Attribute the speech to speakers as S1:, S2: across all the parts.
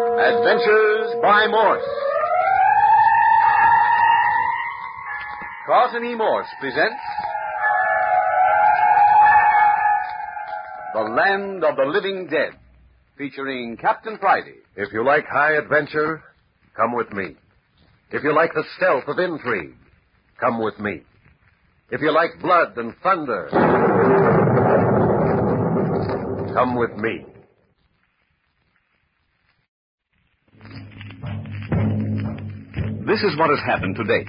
S1: Adventures by Morse. Carlton E. Morse presents The Land of the Living Dead, featuring Captain Friday.
S2: If you like high adventure, come with me. If you like the stealth of intrigue, come with me. If you like blood and thunder, come with me.
S3: This is what has happened to date.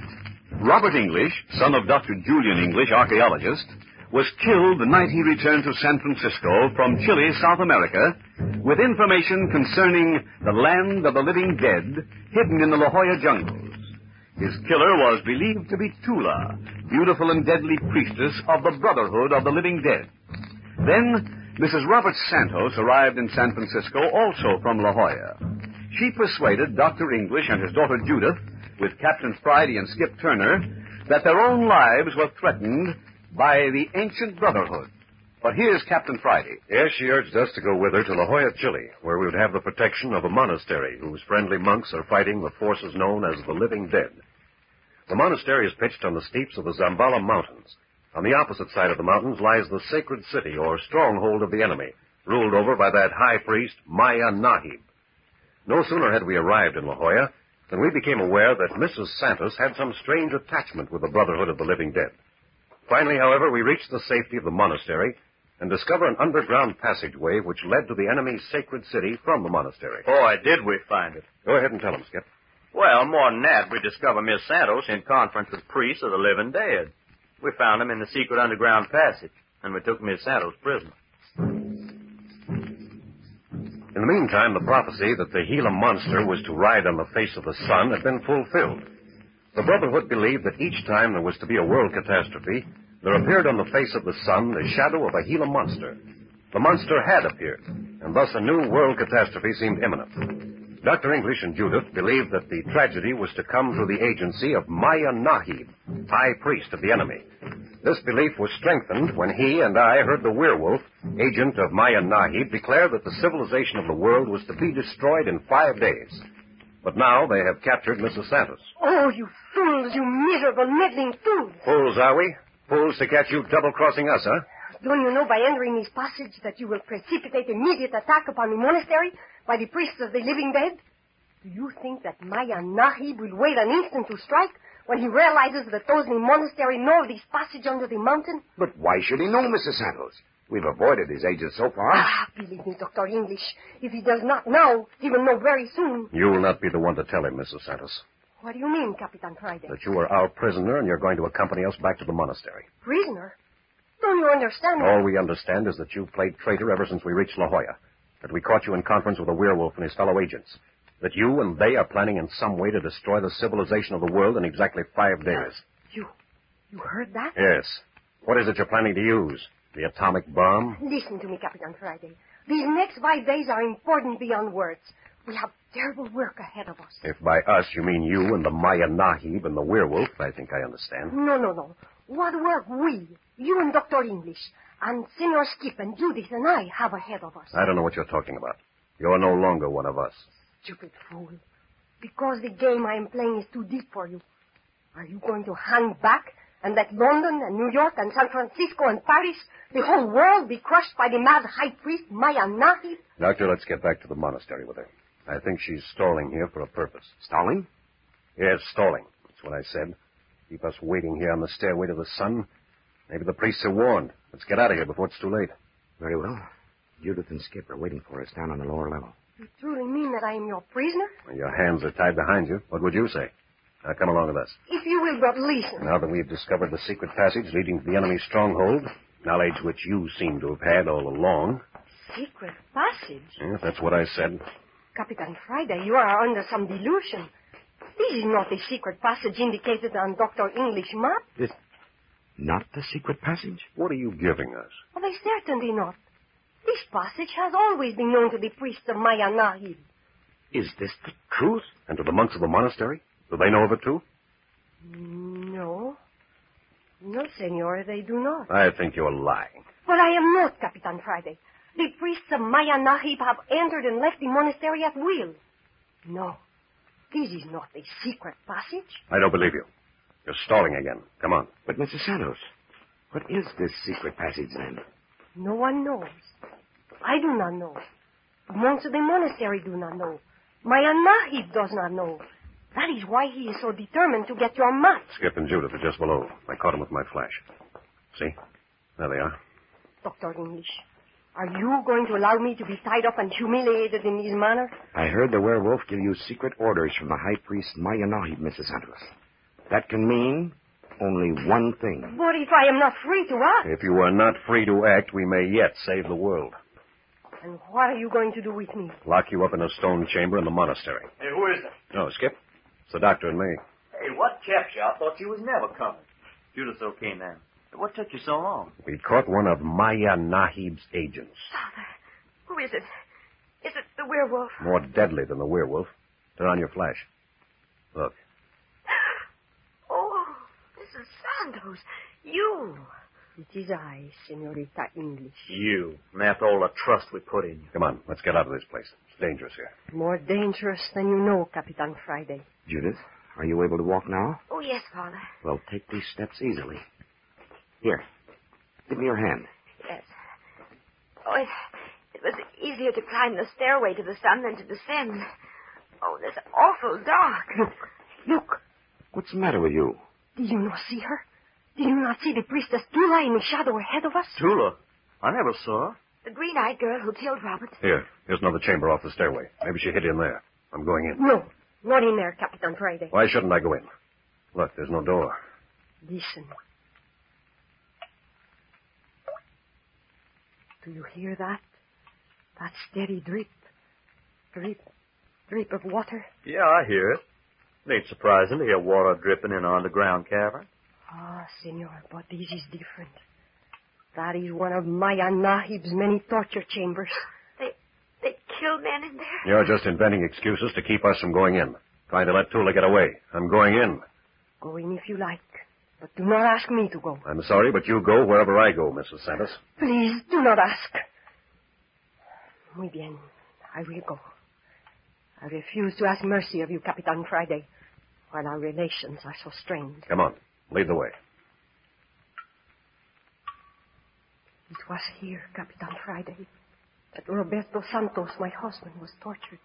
S3: Robert English, son of Dr. Julian English, archaeologist, was killed the night he returned to San Francisco from Chile, South America, with information concerning the land of the living dead hidden in the La Jolla jungles. His killer was believed to be Tula, beautiful and deadly priestess of the Brotherhood of the Living Dead. Then, Mrs. Robert Santos arrived in San Francisco, also from La Jolla. She persuaded Dr. English and his daughter Judith, with Captain Friday and Skip Turner, that their own lives were threatened by the ancient Brotherhood. But here's Captain Friday.
S2: Yes, she urged us to go with her to La Jolla, Chile, where we would have the protection of a monastery whose friendly monks are fighting the forces known as the Living Dead. The monastery is pitched on the steeps of the Zambala Mountains. On the opposite side of the mountains lies the sacred city or stronghold of the enemy, ruled over by that high priest, Maya Nahib. No sooner had we arrived in La Jolla than we became aware that Mrs. Santos had some strange attachment with the Brotherhood of the Living Dead. Finally, however, we reached the safety of the monastery and discover an underground passageway which led to the enemy's sacred city from the monastery.
S4: Boy, did we find it.
S2: Go ahead and tell them, Skip.
S4: Well, more than that, we discovered Miss Santos in conference with priests of the living dead. We found him in the secret underground passage, and we took Miss Santos prisoner.
S2: In the meantime, the prophecy that the Gila monster was to ride on the face of the sun had been fulfilled. The Brotherhood believed that each time there was to be a world catastrophe, there appeared on the face of the sun the shadow of a Gila monster. The monster had appeared, and thus a new world catastrophe seemed imminent. Dr. English and Judith believed that the tragedy was to come through the agency of Maya Nahib, high priest of the enemy. This belief was strengthened when he and I heard the werewolf, agent of Maya Nahib, declare that the civilization of the world was to be destroyed in five days. But now they have captured Mrs. Santos.
S5: Oh, you fools, you miserable, meddling fools.
S2: Fools, are we? Fools to catch you double crossing us, huh?
S5: Don't you know by entering this passage that you will precipitate immediate attack upon the monastery by the priests of the living dead? Do you think that Maya Nahib will wait an instant to strike when he realizes that those in the monastery know of this passage under the mountain?
S6: But why should he know, Mrs. Santos? We've avoided his agent so far.
S5: Ah, believe me, Dr. English. If he does not now, he will know very soon.
S2: You will not be the one to tell him, Mrs. Santos,
S5: What do you mean, Capitan Friday?
S2: that you are our prisoner and you're going to accompany us back to the monastery.
S5: Prisoner? Don't you understand?
S2: All we understand is that you've played traitor ever since we reached La Jolla, that we caught you in conference with a werewolf and his fellow agents, that you and they are planning in some way to destroy the civilization of the world in exactly five days.
S5: You, you heard that?
S2: Yes. What is it you're planning to use? The atomic bomb?
S5: Listen to me, Capitan Friday. These next five days are important beyond words. We have terrible work ahead of us.
S2: If by us you mean you and the Maya Nahib and the werewolf, I think I understand.
S5: No, no, no. What work we, you and Dr. English, and Senor Skip and Judith and I have ahead of us.
S2: I don't know what you're talking about. You're no longer one of us.
S5: Stupid fool. Because the game I am playing is too deep for you. Are you going to hang back and let London and New York and San Francisco and Paris, the whole world, be crushed by the mad high priest Maya Nahib?
S2: Doctor, let's get back to the monastery with her. I think she's stalling here for a purpose.
S6: Stalling?
S2: Yes, stalling. That's what I said. Keep us waiting here on the stairway to the sun. Maybe the priests are warned. Let's get out of here before it's too late.
S6: Very well. Judith and Skip are waiting for us down on the lower level.
S5: You truly mean that I am your prisoner?
S2: Your hands are tied behind you. What would you say? Now come along with us.
S5: If you will but listen.
S2: Now that we've discovered the secret passage leading to the enemy's stronghold, knowledge which you seem to have had all along.
S5: Secret passage?
S2: Yes, that's what I said.
S5: Capitan Friday, you are under some delusion. This is not the secret passage indicated on Dr. English map.
S6: Not the secret passage?
S2: What are you giving us?
S5: Why, certainly not. This passage has always been known to the priests of Maya Nahib.
S6: Is this the truth?
S2: And to the monks of the monastery? Do they know of it too?
S5: No. No, senor, they do not.
S2: I think you're lying.
S5: But I am not, Capitan Friday. The priests of Maya Nahib have entered and left the monastery at will. No. This is not a secret passage.
S2: I don't believe you. You're stalling again. Come on.
S6: But, Mr. Santos, what is this secret passage then?
S5: No one knows. I do not know. The monks of the monastery do not know. Maya Nahib does not know. That is why he is so determined to get your mat.
S2: Skip and Judith are just below. I caught them with my flash. See? There they are.
S5: Dr. English, are you going to allow me to be tied up and humiliated in this manner?
S6: I heard the werewolf give you secret orders from the high priest Mayanahib, Mrs. Santos. That can mean only one thing.
S5: But if I am not free to act,
S2: If you are not free to act, we may yet save the world.
S5: and what are you going to do with me?
S2: Lock you up in a stone chamber in the monastery.
S4: Hey, who is that?
S2: No, Skip. It's the doctor and me.
S4: Hey, what kept you? I thought you was never coming. Judith's okay now. What took you so long?
S2: We caught one of Maya Nahib's agents.
S5: Father, who is it? Is it the werewolf?
S2: More deadly than the werewolf. Turn on your flash. Look.
S5: Oh, Mrs. Santos, you. It is I, Senorita English.
S4: You. And after all the trust we put in you.
S2: Come on, let's get out of this place. It's dangerous here.
S5: More dangerous than you know, Capitan Friday.
S6: Judith, are you able to walk now?
S5: Oh, yes, Father.
S6: Well, take these steps easily. Here, give me your hand.
S7: Yes. Oh, it, it was easier to climb the stairway to the sun than to descend. Oh, this awful dark.
S5: Look, look.
S6: What's the matter with you?
S5: Did you not see her? Did you not see the priestess Tula in the shadow ahead of us?
S4: Tula. I never saw her.
S7: The green-eyed girl who killed Robert.
S2: Here, here's another chamber off the stairway. Maybe she hid in there. I'm going in.
S5: No, not in there, Capitan Friday.
S2: Why shouldn't I go in? Look, there's no door.
S5: Listen. Do you hear that? That steady drip. Drip. Drip of water.
S4: Yeah, I hear it. It ain't surprising to hear water dripping in an underground cavern.
S5: Ah, senor, but this is different. That is one of Maya Nahib's many torture chambers.
S7: They killed men in there.
S2: You're just inventing excuses to keep us from going in. Trying to let Tula get away. I'm going in.
S5: Go in if you like, but do not ask me to go.
S2: I'm sorry, but you go wherever I go, Mrs. Santos.
S5: Please, do not ask. Muy bien. I will go. I refuse to ask mercy of you, Capitan Friday, while our relations are so strained.
S2: Come on, lead the way.
S5: It was here, Capitan Friday, that Roberto Santos, my husband, was tortured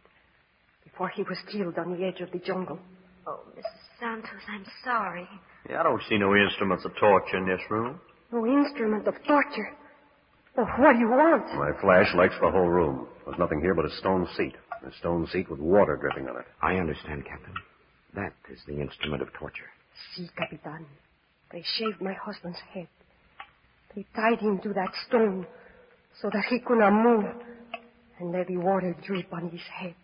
S5: before he was killed on the edge of the jungle.
S7: Oh, Mrs. Santos, I'm sorry.
S4: Yeah, I don't see no instruments of torture in this room.
S5: No instrument of torture. Oh, what do you want?
S2: My flash lights the whole room. There's nothing here but a stone seat. A stone seat with water dripping on it.
S6: I understand, Captain. That is the instrument of torture.
S5: See, Capitan, they shaved my husband's head. They tied him to that stone so that he could not move and let the water drip on his head,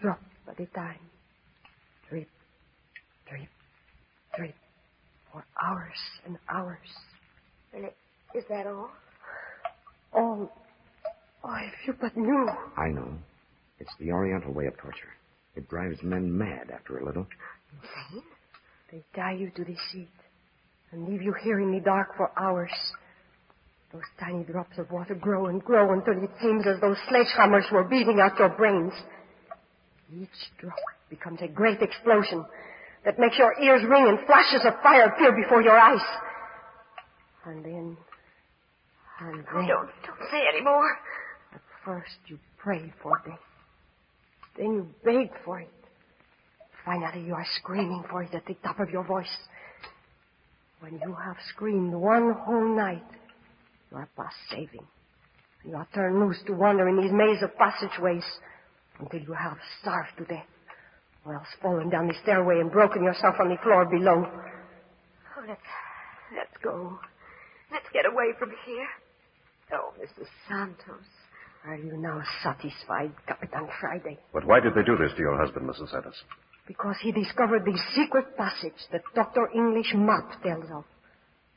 S5: drop at a time. Drip, drip, drip, for hours and hours.
S7: And it, is that all?
S5: Oh, oh, if you but knew.
S6: I know. It's the Oriental way of torture. It drives men mad after a little.
S5: They tie you to the seat and leave you here in the dark for hours. Those tiny drops of water grow and grow until it seems as though sledgehammers were beating out your brains. Each drop becomes a great explosion that makes your ears ring and flashes of fire appear before your eyes. And then, and then...
S7: Don't, don't say any more.
S5: At first you pray for death. Then you beg for it. Finally you are screaming for it at the top of your voice. When you have screamed one whole night, you are past saving. You are turned loose to wander in these maze of passageways until you have starved to death, or else fallen down the stairway and broken yourself on the floor below.
S7: Oh, let's, let's go. Let's get away from here. Oh, Mrs. Santos.
S5: Are you now satisfied, Capitan Friday?
S2: But why did they do this to your husband, Mrs. Santos?
S5: Because he discovered the secret passage that Dr. English Mott tells of.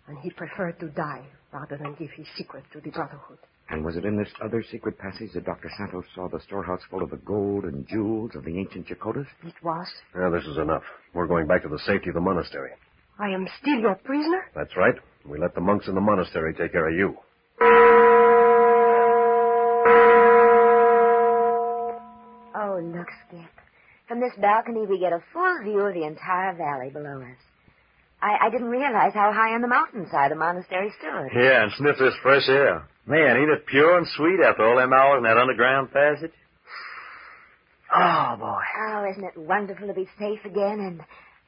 S5: And he preferred to die rather than give his secret to the Brotherhood.
S6: And was it in this other secret passage that Dr. Santos saw the storehouse full of the gold and jewels of the ancient Yakotas?
S5: It was,
S2: Now, this is enough. We're going back to the safety of the monastery.
S5: I am still your prisoner?
S2: That's right. We let the monks in the monastery take care of you.
S7: Oh, look, Skip. The this balcony, we get a full view of the entire valley below us. I, I didn't realize how high on the mountainside the monastery stood.
S4: Yeah, and sniff this fresh air. Man, ain't it pure and sweet after all them hours in that underground passage? Oh, boy.
S7: Oh, isn't it wonderful to be safe again and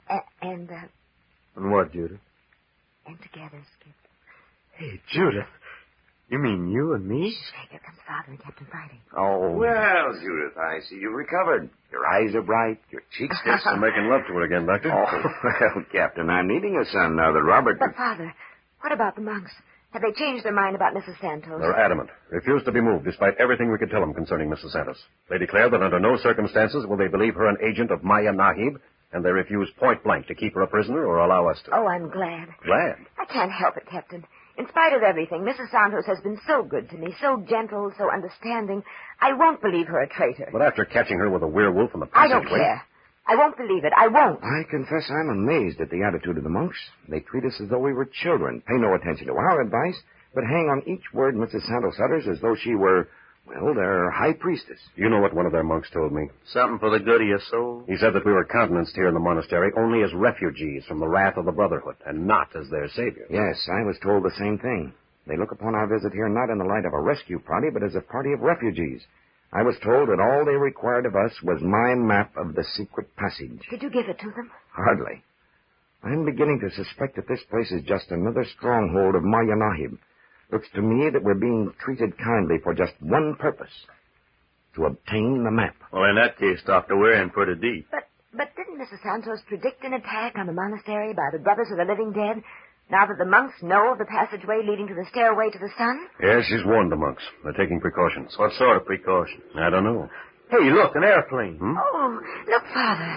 S7: and and, uh,
S4: And what, Judith?
S7: and together, Skip?
S4: Hey, Judith. You mean you and me?
S7: Hey, here comes Father and Captain Friday.
S2: Oh.
S6: Well, Judith, I see you've recovered. Your eyes are bright, your cheeks
S2: Yes, I'm making love to her again, Doctor.
S6: Oh, well, Captain, I'm needing a son now that Robert.
S7: But Father, what about the monks? Have they changed their mind about Mrs. Santos?
S2: They're adamant. Refuse to be moved, despite everything we could tell them concerning Mrs. Santos. They declare that under no circumstances will they believe her an agent of Maya Nahib, and they refuse point blank to keep her a prisoner or allow us to.
S7: Oh, I'm glad.
S2: Glad.
S7: I can't help it, Captain. In spite of everything, Mrs. Santos has been so good to me, so gentle, so understanding. I won't believe her a traitor.
S2: But after catching her with a werewolf in the
S7: I don't
S2: passageway,
S7: care. I won't believe it. I won't.
S6: I confess I'm amazed at the attitude of the monks. They treat us as though we were children, pay no attention to our advice, but hang on each word Mrs. Santos utters as though she were, well, their high priestess.
S2: you know what one of their monks told me.
S4: Something for the good of your soul.
S2: He said that we were countenanced here in the monastery only as refugees from the wrath of the Brotherhood, and not as their savior.
S6: Yes, I was told the same thing. They look upon our visit here not in the light of a rescue party, but as a party of refugees. I was told that all they required of us was my map of the secret passage.
S7: Did you give it to them?
S6: Hardly. I'm beginning to suspect that this place is just another stronghold of Maya Nahib. Looks to me that we're being treated kindly for just one purpose to obtain the map.
S4: Well, in that case, Doctor, we're in pretty deep.
S7: But but didn't Mrs. Santos predict an attack on the monastery by the brothers of the living dead? Now that the monks know of the passageway leading to the stairway to the sun?
S2: Yes, she's warned the monks. They're taking precautions.
S4: What sort of precautions?
S2: I don't know. Hmm?
S4: Hey, look, an airplane.
S7: Oh, look, Father.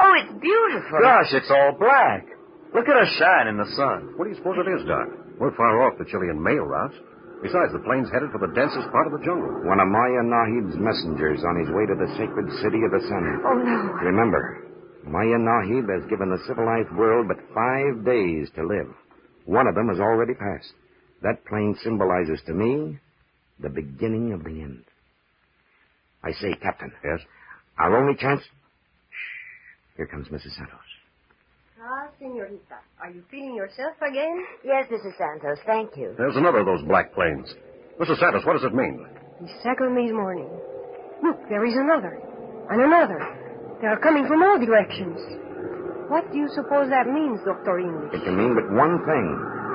S7: Oh, it's beautiful.
S4: Gosh, it's all black. Look at her shine in the sun.
S2: What do you suppose it is, Doc? We're far off the Chilean mail routes. Besides, the plane's headed for the densest part of the jungle.
S6: One of Maya Nahib's messengers on his way to the sacred city of the sun.
S7: Oh, no.
S6: Remember, Maya Nahib has given the civilized world but five days to live. One of them has already passed. That plane symbolizes to me the beginning of the end. I say, Captain.
S2: Yes?
S6: Our only chance. Shh. Here comes Mrs. Santos.
S5: Ah, senorita, are you feeling yourself again?
S7: Yes, Mrs. Santos, thank you.
S2: There's another of those black planes. Mrs. Santos, what does it mean?
S5: The second this morning. Look, there is another. And another. They are coming from all directions. What do you suppose that means, Dr. English?
S6: It can mean but one thing.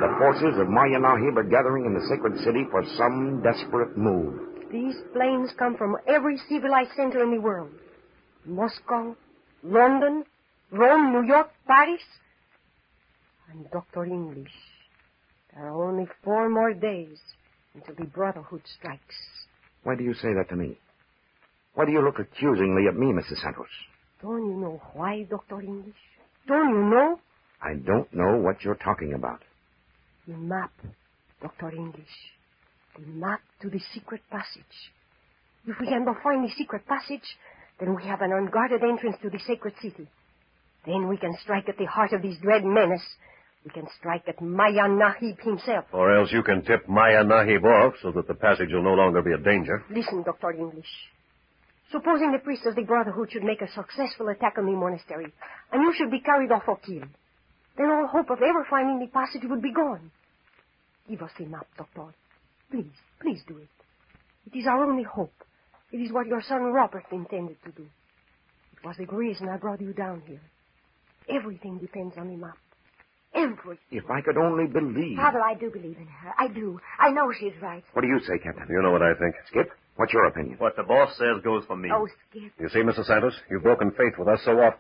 S6: The forces of Maya Nahib are gathering in the sacred city for some desperate move.
S5: These planes come from every civilized center in the world. Moscow, London, Rome, New York, Paris. And Dr. English, there are only four more days until the Brotherhood strikes.
S6: Why do you say that to me? Why do you look accusingly at me, Mrs. Santos?
S5: Don't you know why, Dr. English? Don't you know?
S6: I don't know what you're talking about.
S5: The map, Dr. English. The map to the secret passage. If we can but find the secret passage, then we have an unguarded entrance to the sacred city. Then we can strike at the heart of this dread menace. We can strike at Maya Nahib himself.
S2: Or else you can tip Maya Nahib off so that the passage will no longer be a danger.
S5: Listen, Dr. English. Supposing the priests of the Brotherhood should make a successful attack on the monastery, and you should be carried off or killed, then all hope of ever finding the passage would be gone. Give us the map, Doctor. Please, please do it. It is our only hope. It is what your son Robert intended to do. It was the reason I brought you down here. Everything depends on the map. Everything.
S6: If I could only believe.
S7: Father, I do believe in her. I do. I know she's right.
S6: What do you say, Captain?
S2: You know what I think.
S6: Skip, what's your opinion?
S4: What the boss says goes for me.
S7: Oh, Skip.
S2: You see, Mrs. Santos, you've broken faith with us so often.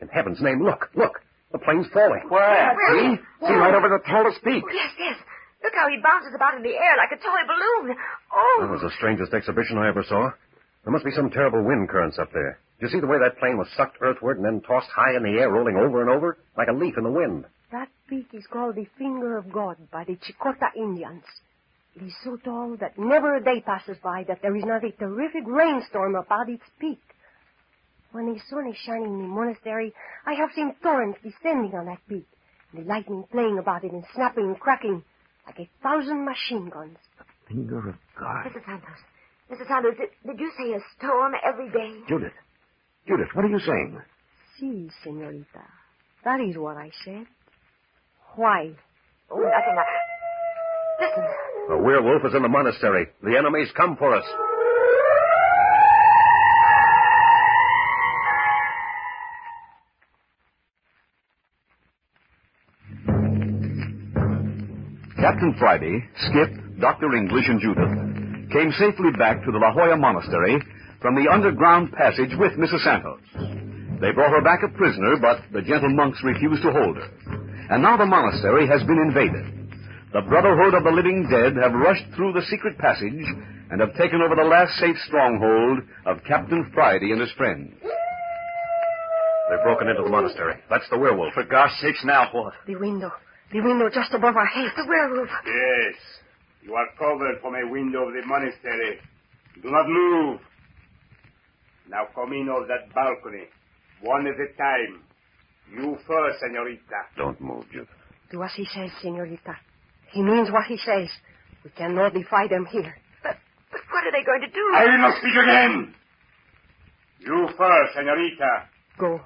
S2: In heaven's name, look, look. The plane's falling.
S4: Where?
S6: See? See right over the tallest peak.
S7: Oh, yes, yes. Look how he bounces about in the air like a toy balloon.
S2: That was
S7: Oh,
S2: the strangest exhibition I ever saw. There must be some terrible wind currents up there. Do you see the way that plane was sucked earthward and then tossed high in the air, rolling over and over like a leaf in the wind?
S5: That peak is called the Finger of God by the Chicota Indians. It is so tall that never a day passes by that there is not a terrific rainstorm about its peak. When the sun is shining in the monastery, I have seen torrents descending on that peak, and the lightning playing about it and snapping and cracking like a thousand machine guns.
S6: Finger of God.
S7: Mrs. Santos. Mrs. Santos, did, did you say a storm every day?
S6: Judith, Judith, what are you saying?
S5: Si, senorita. That is what I said. Why?
S7: Oh, nothing. I... Listen.
S2: The werewolf is in the monastery. The enemy's come for us.
S3: Captain Friday, Skip, Dr. English, and Judith came safely back to the La Jolla Monastery from the underground passage with Mrs. Santos. They brought her back a prisoner, but the gentle monks refused to hold her. And now the monastery has been invaded. The Brotherhood of the Living Dead have rushed through the secret passage and have taken over the last safe stronghold of Captain Friday and his friends.
S2: They've broken into the monastery. That's the werewolf.
S4: For gosh sakes, now what?
S5: The window. The window just above our heads. The werewolf.
S8: Yes. You are covered from a window of the monastery. Do not move. Now come in off that balcony, one at a time. You first, senorita.
S2: Don't move, Judith.
S5: Do as he says, senorita. He means what he says. We cannot defy them here.
S7: But, but what are they going to do?
S8: I will not speak again. You first, senorita.
S5: Go.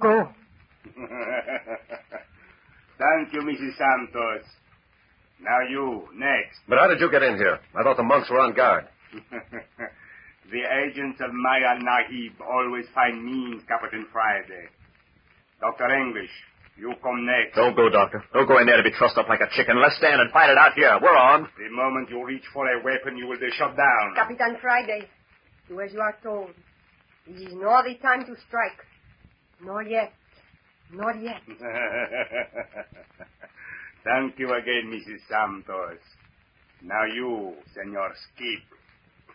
S5: Go.
S8: Thank you, Mrs. Santos. Now you, next.
S2: But how did you get in here? I thought the monks were on guard.
S8: the agents of Maya Nahib always find means, Captain Friday. Dr. English, you come next.
S4: Don't go, Doctor. Don't go in there to be trussed up like a chicken. Let's stand and fight it out here. We're armed.
S8: The moment you reach for a weapon, you will be shot down.
S5: Capitan Friday, do as you are told. This is not the time to strike. Not yet. Not yet.
S8: Thank you again, Mrs. Santos. Now you, Senor Skip.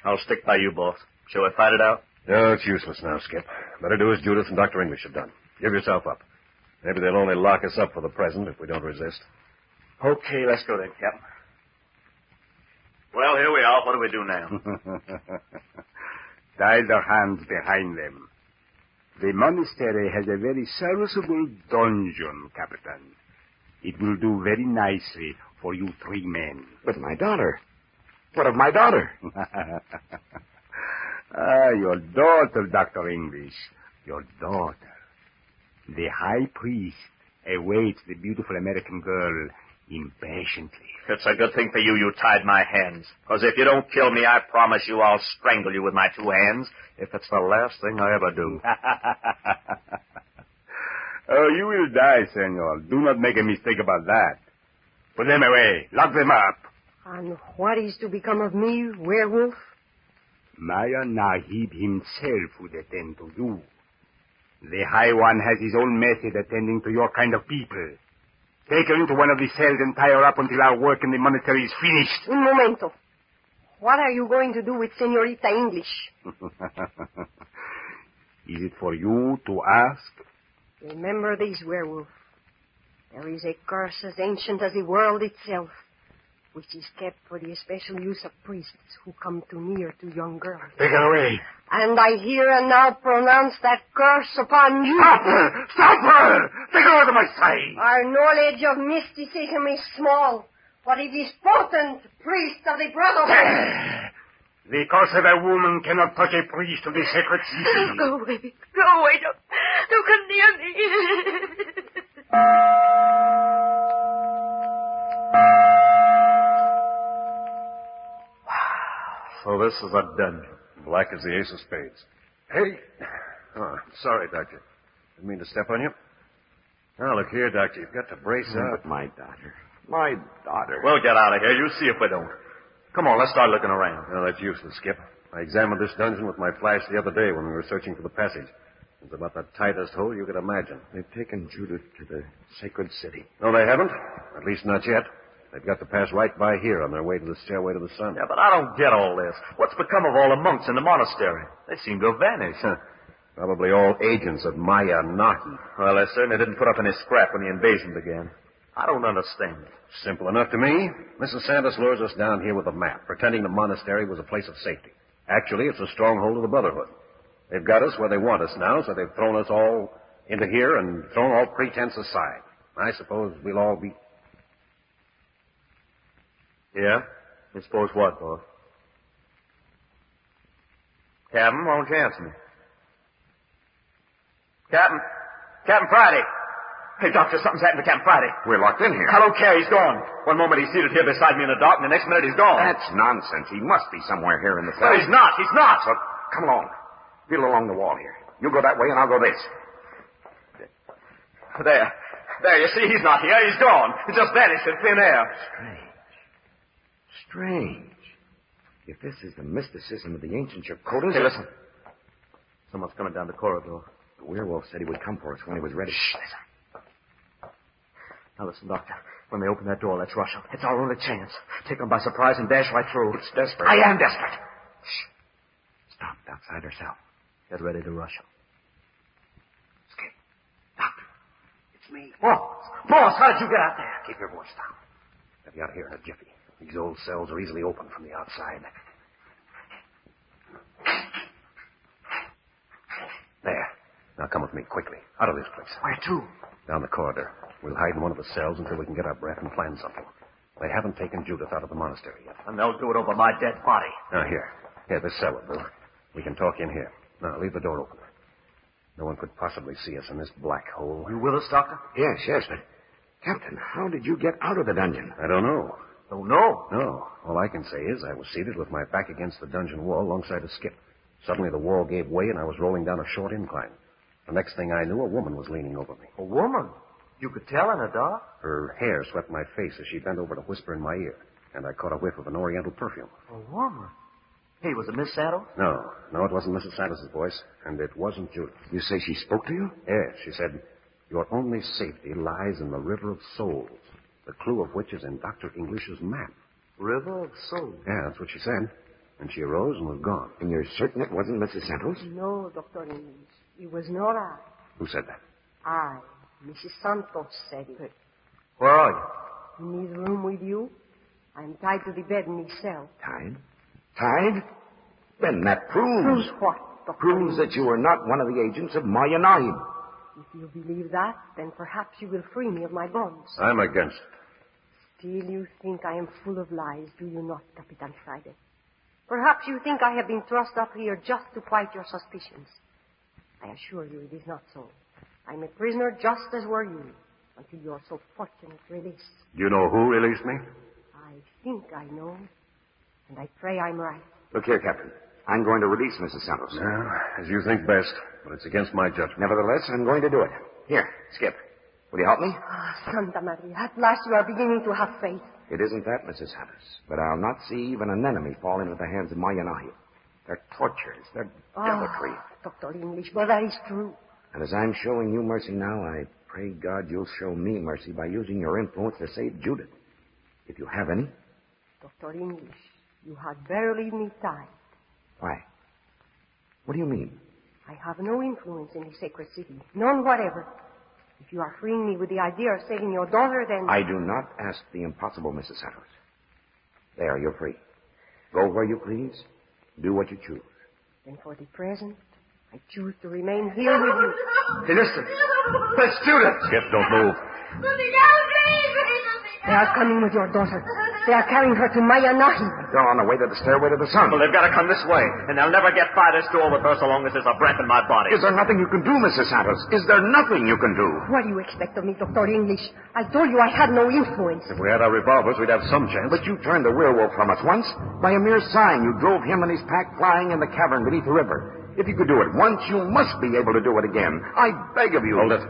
S4: I'll stick by you, boss. Shall we fight it out?
S2: No, it's useless now, Skip. Better do as Judith and Dr. English have done. Give yourself up. Maybe they'll only lock us up for the present if we don't resist.
S4: Okay, let's go then, Captain. Well, here we are. What do we do now?
S8: Tie their hands behind them. The monastery has a very serviceable dungeon, Captain. It will do very nicely for you three men.
S6: But my daughter. What of my daughter?
S8: ah, your daughter, Dr. English. Your daughter. The high priest awaits the beautiful American girl impatiently.
S4: It's a good thing for you you tied my hands. Because if you don't kill me, I promise you I'll strangle you with my two hands. If it's the last thing I ever do.
S8: oh, you will die, senor. Do not make a mistake about that. Put them away. Lock them up.
S5: And what is to become of me, werewolf?
S8: Maya Nahib himself would attend to you. The High One has his own method attending to your kind of people. Take her into one of the cells and tie her up until our work in the monastery is finished.
S5: Un momento. What are you going to do with Senorita English?
S8: is it for you to ask?
S5: Remember this, werewolf. There is a curse as ancient as the world itself, which is kept for the especial use of priests who come too near to young girls.
S8: Take her away.
S5: And I here and now pronounce that curse upon you.
S8: Stop her! Stop her! Take her out of my sight!
S5: Our knowledge of mysticism is small, but it is potent, priest of the brotherhood.
S8: Eh, The curse of a woman cannot touch a priest of the sacred city.
S7: Go away. Go away. Don't, don't come near me.
S4: So this is a dungeon.
S2: Black as the ace of spades. Hey. Oh, sorry, Doctor. Didn't mean to step on you. Now, look here, Doctor. You've got to brace
S8: Hmm.
S2: up.
S6: But my daughter. My daughter.
S4: We'll get out of here. You see if we don't. Come on, let's start looking around.
S2: No, that's useless, Skip. I examined this dungeon with my flash the other day when we were searching for the passage. It's about the tightest hole you could imagine.
S6: They've taken Judith to the sacred city.
S2: No, they haven't. At least not yet. They've got to pass right by here on their way to the stairway to the sun.
S4: Yeah, but I don't get all this. What's become of all the monks in the monastery? They seem to have vanished.
S2: Probably all agents of Maya Naki.
S4: Well, they certainly didn't put up any scrap when the invasion began. I don't understand it.
S2: Simple enough to me. Mrs. Santos lures us down here with a map, pretending the monastery was a place of safety. Actually, it's a stronghold of the Brotherhood. They've got us where they want us now, so they've thrown us all into here and thrown all pretense aside. I suppose we'll all be.
S4: Yeah? You suppose what, boss? Captain, won't you answer me?
S9: Captain. Captain Friday. Hey, Doctor, something's happened to Captain Friday.
S2: We're locked in here.
S9: I don't care. He's gone. One moment he's seated here beside me in the dock, and the next minute he's gone.
S6: That's nonsense. He must be somewhere here in the
S9: No,
S6: cell.
S9: he's not. He's not.
S6: So come along. Fiddle along the wall here. You go that way, and I'll go this.
S9: There. There, you see, he's not here. He's gone. He just vanished in thin air.
S6: Strange. If this is the mysticism of the ancient Yakotas...
S4: Hey, listen. Someone's coming down the corridor.
S6: The werewolf said he would come for us when he was ready. Shh, listen.
S4: Now listen, Doctor. When they open that door, let's rush them. It's our only chance. Take them by surprise and dash right through. It's desperate.
S6: I am desperate. Shh. Stopped outside herself.
S4: Get ready to rush them.
S6: Skip. Doctor. It's me.
S4: Boss! Boss, how did you get out there?
S6: Keep your voice down. Let me out here in a jiffy. These old cells are easily opened from the outside.
S2: There. Now come with me quickly. Out of this place. Where to? Down the corridor. We'll hide in one of the cells until we can get our breath and plan something. They haven't taken Judith out of the monastery yet.
S4: And they'll do it over my dead body.
S2: Now here. Here, this cell will do. We can talk in here. Now leave the door open. No one could possibly see us in this black hole.
S4: You with us, Doctor?
S6: Yes, yes, but... Captain, how did you get out of the dungeon?
S2: I don't know.
S4: Oh, no.
S2: No. All I can say is I was seated with my back against the dungeon wall alongside a skip. Suddenly the wall gave way and I was rolling down a short incline. The next thing I knew, a woman was leaning over me.
S4: A woman. You could tell in her dark.
S2: Her hair swept my face as she bent over to whisper in my ear, and I caught a whiff of an oriental perfume.
S4: A woman? Hey, was it Miss Saddles?
S2: No, no, it wasn't Mrs. Saddles' voice, and it wasn't Judith.
S6: You say she spoke to you?
S2: Yes, she said, Your only safety lies in the River of Souls, the clue of which is in Dr. English's map.
S4: River of Souls.
S2: Yeah, that's what she said. And she arose and was gone.
S6: And you're certain it wasn't Mrs. Santos?
S5: No, Dr. English. It was not I.
S2: Who said that?
S5: I, Mrs. Santos, said it.
S4: Where are you?
S5: In his room with you, I'm tied to the bed in his cell.
S6: Tied? Tied? Then that proves...
S5: Proves what, Dr.
S6: Proves that you are not one of the agents of Maya Nahib.
S5: If you believe that, then perhaps you will free me of my bonds.
S3: Uh.
S2: I'm against it.
S5: Still, you think I am full of lies, do you not, Capitan Friday? Perhaps you think I have been thrust up here just to quiet your suspicions. I assure you it is not so. I'm a prisoner just as were you, until your so fortunate release.
S2: Do you know who released me?
S5: I think I know, and I pray I'm right.
S6: Look here, Captain. I'm going to release Mrs. Santos.
S2: Well, as you think best, but it's against my judgment.
S6: Nevertheless, I'm going to do it. Here, Skip. Will you help me?
S5: Ah, Santa Maria, at last you are beginning to have faith.
S6: It isn't that, Mrs. Santos. But I'll not see even an enemy fall into the hands of Mayanahi. They're tortures. They're deviltry.
S5: Ah, Dr. English, but that is true.
S6: And as I'm showing you mercy now, I pray God you'll show me mercy by using your influence to save Judith. If you have any.
S5: Dr. English, you have barely me tied.
S6: Why? What do you mean?
S5: I have no influence in the sacred city, none whatever. If you are freeing me with the idea of saving your daughter, then
S6: I do not ask the impossible, Mrs. Santos. There, you're free. Go where you please. Do what you choose.
S5: then for the present, I choose to remain here with you.
S9: Hey, listen. That's Judith.
S2: Skip, don't move.
S5: They are coming with your daughter. They are carrying her to Mayanahi.
S6: They're on the way to the stairway to the sun.
S9: Well, they've got to come this way, and they'll never get by this door with her so long as there's a breath in my body.
S6: Is there nothing you can do, Mrs. Santos? Is there nothing you can do?
S5: What do you expect of me, Dr. English? I told you I had no influence.
S2: If we had our revolvers, we'd have some chance.
S6: But you turned the werewolf from us once. By a mere sign, you drove him and his pack flying in the cavern beneath the river. If you could do it once, you must be able to do it again. I beg of you.
S2: Hold it.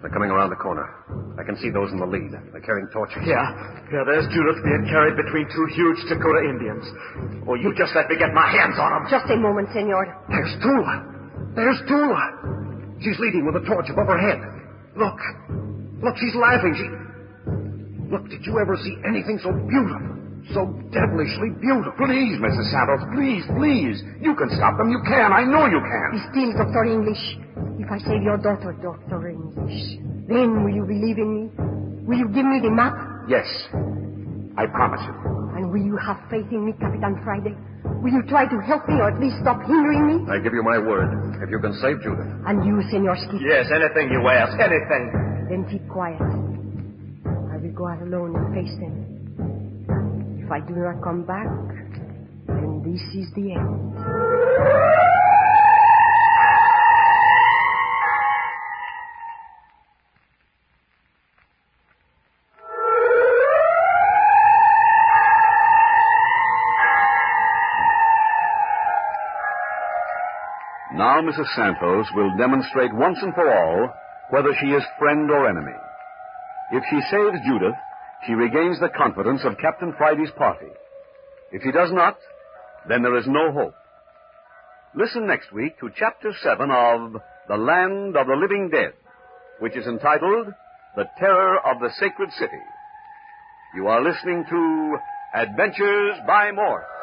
S2: They're coming around the corner. I can see those in the lead. They're carrying torches.
S9: Yeah, yeah, there's Judith being carried between two huge Dakota Indians. Oh, you just let me get my hands on him.
S5: Just a moment, senor.
S2: There's Tula. There's Tula. She's leading with a torch above her head. Look. Look, she's laughing. She. Look, did you ever see anything so beautiful? So devilishly beautiful.
S6: Please, Mrs. Santos, please, please. You can stop them. You can. I know you
S5: Be
S6: can.
S5: still, Dr. English. If I save your daughter, Dr. English, then will you believe in me? Will you give me the map?
S6: Yes. I promise you.
S5: And will you have faith in me, Capitan Friday? Will you try to help me or at least stop hindering me?
S2: I give you my word. If you can save Judith.
S5: And you, Senor Skip,
S9: Yes, anything you ask, anything.
S5: then keep quiet. I will go out alone and face them. If I do not come back, then this is the end.
S3: Now Mrs. Santos will demonstrate once and for all whether she is friend or enemy. If she saves Judith, she regains the confidence of Captain Friday's party. If she does not, then there is no hope. Listen next week to Chapter 7 of The Land of the Living Dead, which is entitled The Terror of the Sacred City. You are listening to Adventures by Morse.